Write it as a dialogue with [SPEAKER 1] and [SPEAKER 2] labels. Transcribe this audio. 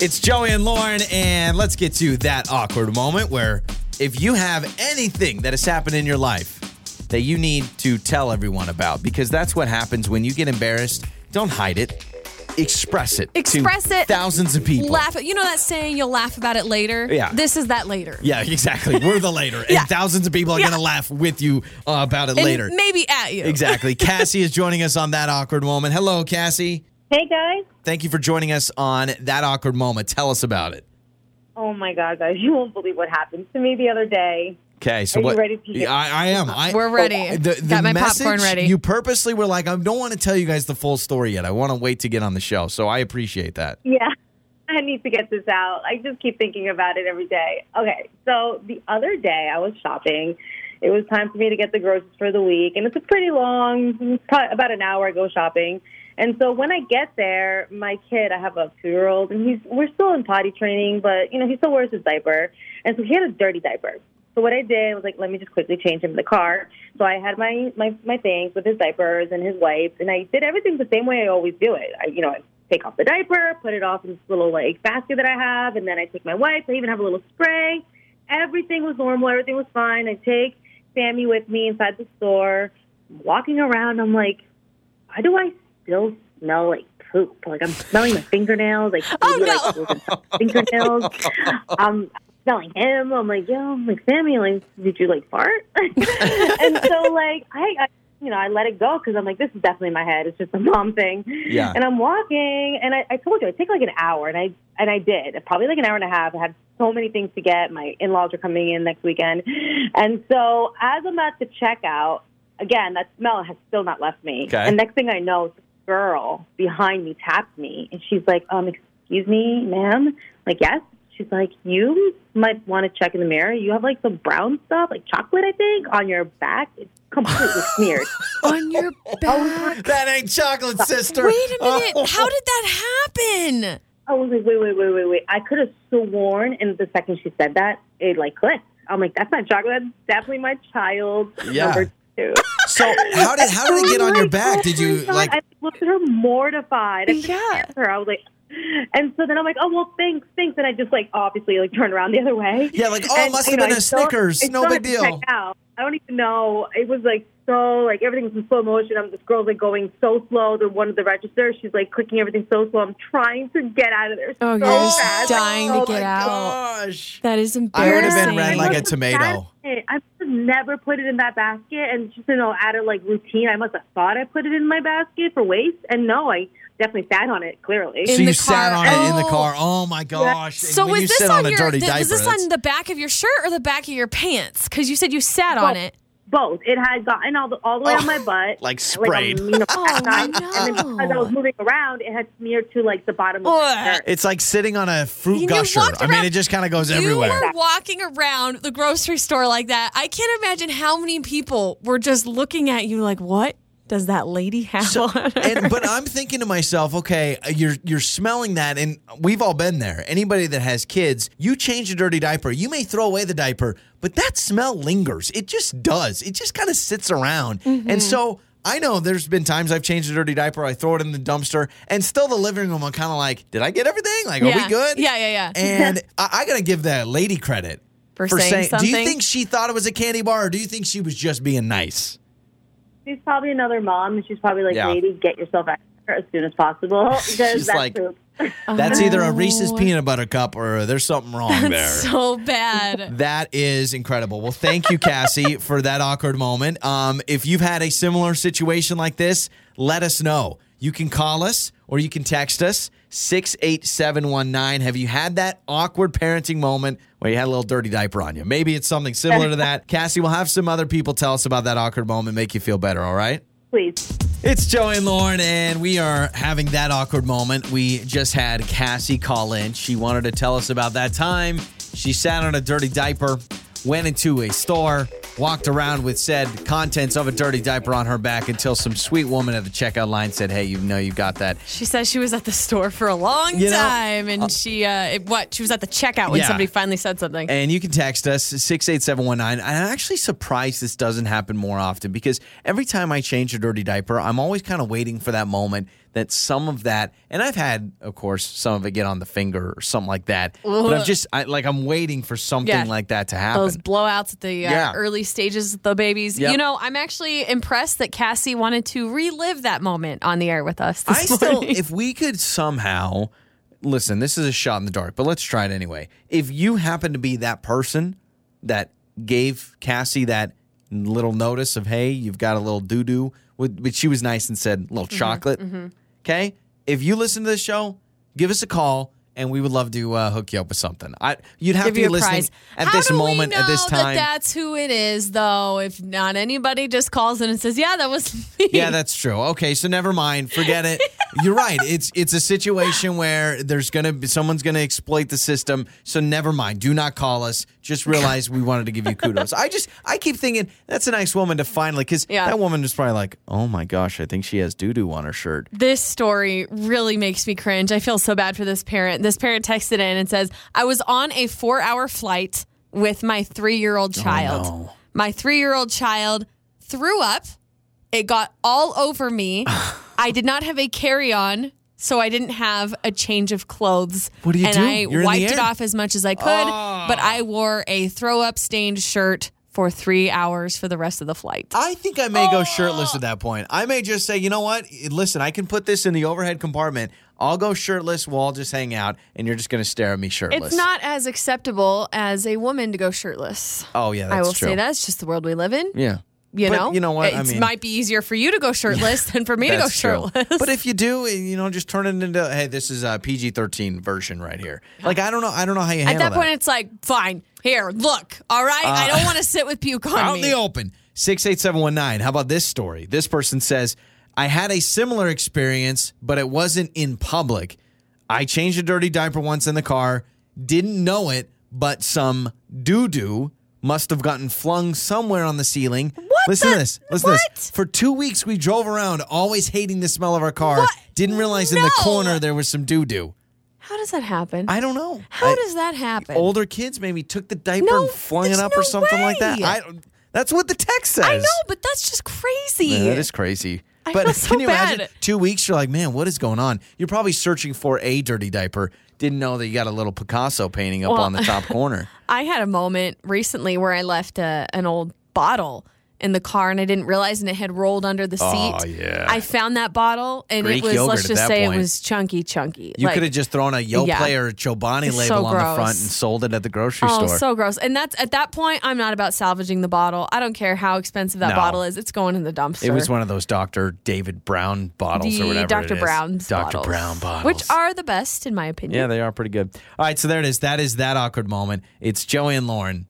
[SPEAKER 1] It's Joey and Lauren, and let's get to that awkward moment where if you have anything that has happened in your life that you need to tell everyone about, because that's what happens when you get embarrassed, don't hide it. Express it. to
[SPEAKER 2] Express it.
[SPEAKER 1] Thousands of people.
[SPEAKER 2] Laugh. You know that saying, you'll laugh about it later?
[SPEAKER 1] Yeah.
[SPEAKER 2] This is that later.
[SPEAKER 1] Yeah, exactly. We're the later.
[SPEAKER 2] Yeah.
[SPEAKER 1] And thousands of people are
[SPEAKER 2] Yeah.
[SPEAKER 1] going to laugh with you uh, about it
[SPEAKER 2] And
[SPEAKER 1] later.
[SPEAKER 2] Maybe at you.
[SPEAKER 1] Exactly. Cassie is joining us on that awkward moment. Hello, Cassie.
[SPEAKER 3] Hey guys.
[SPEAKER 1] Thank you for joining us on that awkward moment. Tell us about it.
[SPEAKER 3] Oh my god, guys, you won't believe what happened to me the other day.
[SPEAKER 1] Okay, so
[SPEAKER 3] Are you
[SPEAKER 1] what?
[SPEAKER 3] ready to hear?
[SPEAKER 1] I, I am. I, Oh,
[SPEAKER 2] We're ready.
[SPEAKER 1] The, the
[SPEAKER 2] Got my
[SPEAKER 1] message,
[SPEAKER 2] popcorn ready.
[SPEAKER 1] You purposely were like, I don't want to tell you guys the full story yet. I want to wait to get on the show. So I appreciate that.
[SPEAKER 3] Yeah. I need to get this out. I just keep thinking about it every day. Okay, so the other day I was shopping. It was time for me to get the groceries for the week, and it's a pretty long, probably about an hour I go shopping. And so when I get there, my kid, I have a two-year-old, and he's we're still in potty training, but you know he still wears his diaper, and so he had a dirty diaper. So what I did was like, let me just quickly change him in the car. So I had my my my things with his diapers and his wipes, and I did everything the same way I always do it. I, you know, I take off the diaper, put it off in this little like basket that I have, and then I take my wipes. I even have a little spray. Everything was normal. Everything was fine. I take Sammy with me inside the store. Walking around, I'm like, why do I still smell like poop? Like I'm smelling my fingernails. Like
[SPEAKER 2] Oh,
[SPEAKER 3] maybe,
[SPEAKER 2] no.
[SPEAKER 3] like, those infected fingernails. Um, I'm smelling him. I'm like, yo, I'm like Sammy, like, did you like fart? and so like I, I, you know, I let it go because I'm like, this is definitely in my head. It's just a mom thing.
[SPEAKER 1] Yeah.
[SPEAKER 3] And I'm walking, and I, I told you I take like an hour, and I and I did probably like an hour and a half. I had so many things to get. My in-laws are coming in next weekend, and so as I'm at the checkout, again that smell has still not left me.
[SPEAKER 1] Okay.
[SPEAKER 3] And next thing I know, this girl behind me tapped me, and she's like, "Um, excuse me, ma'am." I'm Like, yes. She's like, "You might want to check in the mirror. You have like some brown stuff, like chocolate, I think, on your back. It's completely smeared."
[SPEAKER 2] On your
[SPEAKER 3] Oh,
[SPEAKER 2] back.
[SPEAKER 1] That ain't chocolate, sister. Oh.
[SPEAKER 2] Wait a minute. How did that happen?
[SPEAKER 3] I was like, wait, wait, wait, wait, wait. I could have sworn, and the second she said that, it like clicked. I'm like, that's not chocolate. That's definitely my child
[SPEAKER 1] Yeah.
[SPEAKER 3] number two.
[SPEAKER 1] So how did how did it get on your
[SPEAKER 3] I'm like,
[SPEAKER 1] back?
[SPEAKER 3] oh
[SPEAKER 1] Did
[SPEAKER 3] my
[SPEAKER 1] you
[SPEAKER 3] God.
[SPEAKER 1] like?
[SPEAKER 3] I looked at her mortified. I
[SPEAKER 2] Yeah.
[SPEAKER 3] yeah. Her. I was like, and so then I'm like, oh well, thanks, thanks. And I just like obviously like turned around the other way.
[SPEAKER 1] Yeah, like, oh, it must have been
[SPEAKER 3] a
[SPEAKER 1] a Snickers. No big deal.
[SPEAKER 3] Out. I don't even know. It was like so like everything was in slow motion. I'm this girl's like going so slow. The one of the registers, she's like clicking everything so slow. I'm trying to get out of there.
[SPEAKER 2] Oh, you're
[SPEAKER 3] so
[SPEAKER 2] just
[SPEAKER 3] fast.
[SPEAKER 2] dying to
[SPEAKER 1] oh
[SPEAKER 2] get
[SPEAKER 1] my
[SPEAKER 2] out.
[SPEAKER 1] gosh!
[SPEAKER 2] That is
[SPEAKER 1] I would
[SPEAKER 2] embarrassing.
[SPEAKER 1] have been red like
[SPEAKER 3] I
[SPEAKER 1] a
[SPEAKER 3] must have
[SPEAKER 1] tomato.
[SPEAKER 3] had it. I must have never put it in that basket, and just you know, out of like routine, I must have thought I put it in my basket for waste, and no, I definitely sat on it. Clearly,
[SPEAKER 1] So
[SPEAKER 2] In
[SPEAKER 1] you
[SPEAKER 2] the
[SPEAKER 1] sat on
[SPEAKER 2] car.
[SPEAKER 1] it in the
[SPEAKER 2] Oh.
[SPEAKER 1] car. Oh my gosh! And
[SPEAKER 2] So
[SPEAKER 1] when
[SPEAKER 2] was
[SPEAKER 1] you
[SPEAKER 2] this
[SPEAKER 1] sit
[SPEAKER 2] on,
[SPEAKER 1] on, a
[SPEAKER 2] your?
[SPEAKER 1] dirty
[SPEAKER 2] th-
[SPEAKER 1] diaper,
[SPEAKER 2] was this
[SPEAKER 1] that's-
[SPEAKER 2] on the back of your shirt or the back of your pants? Because you said you sat on
[SPEAKER 3] Well,
[SPEAKER 2] it.
[SPEAKER 3] both. It had gotten all the all the way on my butt,
[SPEAKER 1] Oh, like
[SPEAKER 3] and, like, on
[SPEAKER 1] sprayed.
[SPEAKER 3] the, you know,
[SPEAKER 2] Oh,
[SPEAKER 3] outside, and then
[SPEAKER 2] no.
[SPEAKER 3] because I was moving around, it had smeared to like the bottom of
[SPEAKER 2] Ugh.
[SPEAKER 3] the shirt.
[SPEAKER 1] It's like sitting on a fruit
[SPEAKER 2] You
[SPEAKER 1] gusher.
[SPEAKER 2] walked
[SPEAKER 1] I mean,
[SPEAKER 2] around-
[SPEAKER 1] it just kind of goes everywhere.
[SPEAKER 2] You were walking around the grocery store like that. I can't imagine how many people were just looking at you like, "What does that lady have on?" her?"
[SPEAKER 1] and but I'm thinking to myself, okay, you're you're smelling that, and we've all been there. Anybody that has kids, you change a dirty diaper, you may throw away the diaper, but that smell lingers. It just does. It just kind of sits around,
[SPEAKER 2] Mm-hmm.
[SPEAKER 1] and so. I know there's been times I've changed a dirty diaper, I throw it in the dumpster, and still the living room, I'm kind of like, did I get everything? Like, are
[SPEAKER 2] Yeah.
[SPEAKER 1] we good?
[SPEAKER 2] Yeah, yeah, yeah.
[SPEAKER 1] And I, I got to give that lady credit
[SPEAKER 2] For saying
[SPEAKER 1] Do you
[SPEAKER 2] something?
[SPEAKER 1] think she thought it was a candy bar, or do you think she was just being nice?
[SPEAKER 3] She's probably another mom, and she's probably like,
[SPEAKER 1] Yeah.
[SPEAKER 3] "Lady, get yourself out of here as soon as possible."
[SPEAKER 1] She's
[SPEAKER 3] Because that's
[SPEAKER 1] like-
[SPEAKER 3] poop.
[SPEAKER 1] That's either a Reese's
[SPEAKER 2] Oh.
[SPEAKER 1] peanut butter cup or there's something wrong there.
[SPEAKER 2] so bad.
[SPEAKER 1] that is incredible. Well, thank you, Cassie, for that awkward moment. Um, if you've had a similar situation like this, let us know. You can call us or you can text us 68719. Have you had that awkward parenting moment where you had a little dirty diaper on you? Maybe it's something similar to that. Cassie, we'll have some other people tell us about that awkward moment, make you feel better, all right?
[SPEAKER 3] Please.
[SPEAKER 1] It's Joey and Lauren, and we are having that awkward moment. We just had Cassie call in. She wanted to tell us about that time she sat on a dirty diaper, went into a store, walked around with said contents of a dirty diaper on her back until some sweet woman at the checkout line said, Hey, you know you got that.
[SPEAKER 2] She says she was at the store for a long
[SPEAKER 1] You know,
[SPEAKER 2] time, and she uh, it- what? She was at the checkout when
[SPEAKER 1] Yeah.
[SPEAKER 2] somebody finally said something.
[SPEAKER 1] And you can text us 68719. I'm actually surprised this doesn't happen more often because every time I change a dirty diaper, I'm always kind of waiting for that moment that some of that, and I've had, of course, some of it get on the finger or something like that. But I'm just I, like I'm waiting for something
[SPEAKER 2] Yeah.
[SPEAKER 1] like that to happen.
[SPEAKER 2] Those blowouts at the uh,
[SPEAKER 1] Yeah.
[SPEAKER 2] early stages of the babies.
[SPEAKER 1] Yep.
[SPEAKER 2] You know, I'm actually impressed that Cassie wanted to relive that moment on the air with us.
[SPEAKER 1] I
[SPEAKER 2] This
[SPEAKER 1] still,
[SPEAKER 2] morning.
[SPEAKER 1] if we could somehow, listen, this is a shot in the dark, but let's try it anyway. If you happen to be that person that gave Cassie that little notice of, hey, you've got a little doo doo, but she was nice and said,
[SPEAKER 2] Mm-hmm,
[SPEAKER 1] little chocolate. Okay. If you listen to this show, give us a call. And we would love to uh, hook you up with something. I you'd have
[SPEAKER 2] give
[SPEAKER 1] to
[SPEAKER 2] you
[SPEAKER 1] be
[SPEAKER 2] a
[SPEAKER 1] listening
[SPEAKER 2] prize.
[SPEAKER 1] at
[SPEAKER 2] How
[SPEAKER 1] this
[SPEAKER 2] do we
[SPEAKER 1] moment, at this
[SPEAKER 2] know
[SPEAKER 1] time.
[SPEAKER 2] That that's who it is, though. If not anybody just calls in and says, "Yeah, that was me."
[SPEAKER 1] Yeah, that's true. Okay, so never mind. Forget it. You're right. It's it's a situation where there's gonna be someone's gonna exploit the system. So never mind. Do not call us. Just realize we wanted to give you kudos. I just I keep thinking that's a nice woman to finally because
[SPEAKER 2] Yeah.
[SPEAKER 1] that woman was probably like, oh my gosh, I think she has doo doo on her shirt.
[SPEAKER 2] This story really makes me cringe. I feel so bad for this parent. This parent texted in and says, I was on a four hour flight with my three year old child.
[SPEAKER 1] Oh, no.
[SPEAKER 2] My three year old child threw up. It got all over me. I did not have a carry on, so I didn't have a change of clothes.
[SPEAKER 1] What do you
[SPEAKER 2] and
[SPEAKER 1] do?
[SPEAKER 2] I
[SPEAKER 1] You're in the
[SPEAKER 2] wiped it
[SPEAKER 1] air. Ah.
[SPEAKER 2] off as much as I could, but I wore a throw up stained shirt for three hours for the rest of the flight.
[SPEAKER 1] I think I may go shirtless at that point. I may just say, you know what? Listen, I can put this in the overhead compartment. I'll go shirtless. We'll all just hang out, and you're just gonna stare at me shirtless.
[SPEAKER 2] It's not as acceptable as a woman to go shirtless.
[SPEAKER 1] Oh yeah, that's
[SPEAKER 2] I will
[SPEAKER 1] true.
[SPEAKER 2] say that's just the world we live in.
[SPEAKER 1] Yeah.
[SPEAKER 2] You
[SPEAKER 1] But
[SPEAKER 2] know,
[SPEAKER 1] You know what?
[SPEAKER 2] It
[SPEAKER 1] I mean,
[SPEAKER 2] might be easier for you to go shirtless than for me to go
[SPEAKER 1] That's true.
[SPEAKER 2] shirtless.
[SPEAKER 1] But if you do, you know, just turn it into hey, this is a PG thirteen version right here. Like I don't know, I don't know how you
[SPEAKER 2] At
[SPEAKER 1] handle
[SPEAKER 2] that point, it's like, fine, here, look, all right. I don't want to sit with puke on
[SPEAKER 1] out in
[SPEAKER 2] me.
[SPEAKER 1] Uh, the open. Six eight seven one nine. How about this story? This person says, I had a similar experience, but it wasn't in public. I changed a dirty diaper once in the car, didn't know it, but some doo doo must have gotten flung somewhere on the ceiling. What Listen to
[SPEAKER 2] the-
[SPEAKER 1] this. Listen to
[SPEAKER 2] what?
[SPEAKER 1] this. For two weeks, we drove around, always hating the smell of our car.
[SPEAKER 2] What?
[SPEAKER 1] Didn't realize in the
[SPEAKER 2] No.
[SPEAKER 1] corner there was some doo doo.
[SPEAKER 2] How does that happen?
[SPEAKER 1] I don't know.
[SPEAKER 2] How
[SPEAKER 1] I-
[SPEAKER 2] does that happen?
[SPEAKER 1] older kids maybe took the diaper
[SPEAKER 2] No,
[SPEAKER 1] and flung it
[SPEAKER 2] there's
[SPEAKER 1] up
[SPEAKER 2] no
[SPEAKER 1] or something like that?
[SPEAKER 2] way.
[SPEAKER 1] I don't- that's what the text says.
[SPEAKER 2] I know, but that's just crazy.
[SPEAKER 1] Yeah, that is crazy.
[SPEAKER 2] I
[SPEAKER 1] but
[SPEAKER 2] feel so
[SPEAKER 1] can you imagine
[SPEAKER 2] bad.
[SPEAKER 1] two weeks? You're like, man, what is going on? You're probably searching for a dirty diaper. Didn't know that you got a little Picasso painting up
[SPEAKER 2] Well-
[SPEAKER 1] on the top corner.
[SPEAKER 2] I had a moment recently where I left a, an old bottle in the car and I didn't realize and it had rolled under the seat.
[SPEAKER 1] Oh, yeah.
[SPEAKER 2] I found that bottle and
[SPEAKER 1] Greek
[SPEAKER 2] it was
[SPEAKER 1] yogurt
[SPEAKER 2] let's
[SPEAKER 1] at
[SPEAKER 2] just
[SPEAKER 1] that
[SPEAKER 2] say
[SPEAKER 1] point.
[SPEAKER 2] it was chunky chunky.
[SPEAKER 1] You
[SPEAKER 2] Like-
[SPEAKER 1] could have just thrown a Yo
[SPEAKER 2] Yeah.
[SPEAKER 1] Play or a Chobani
[SPEAKER 2] It's
[SPEAKER 1] label
[SPEAKER 2] so
[SPEAKER 1] on the front
[SPEAKER 2] gross.
[SPEAKER 1] and sold it at the grocery
[SPEAKER 2] Oh,
[SPEAKER 1] store.
[SPEAKER 2] so gross. And that's at that point I'm not about salvaging the bottle. I don't care how expensive that
[SPEAKER 1] No.
[SPEAKER 2] bottle is. It's going in the dumpster.
[SPEAKER 1] it was one of those Dr. David Brown bottles or
[SPEAKER 2] the
[SPEAKER 1] whatever.
[SPEAKER 2] Dr.
[SPEAKER 1] it is.
[SPEAKER 2] Brown's
[SPEAKER 1] Dr.
[SPEAKER 2] bottles,
[SPEAKER 1] Brown bottles.
[SPEAKER 2] Which are the best in my opinion.
[SPEAKER 1] Yeah, they are pretty good. All right, so there it is. That is that awkward moment. It's Joey and Lauren.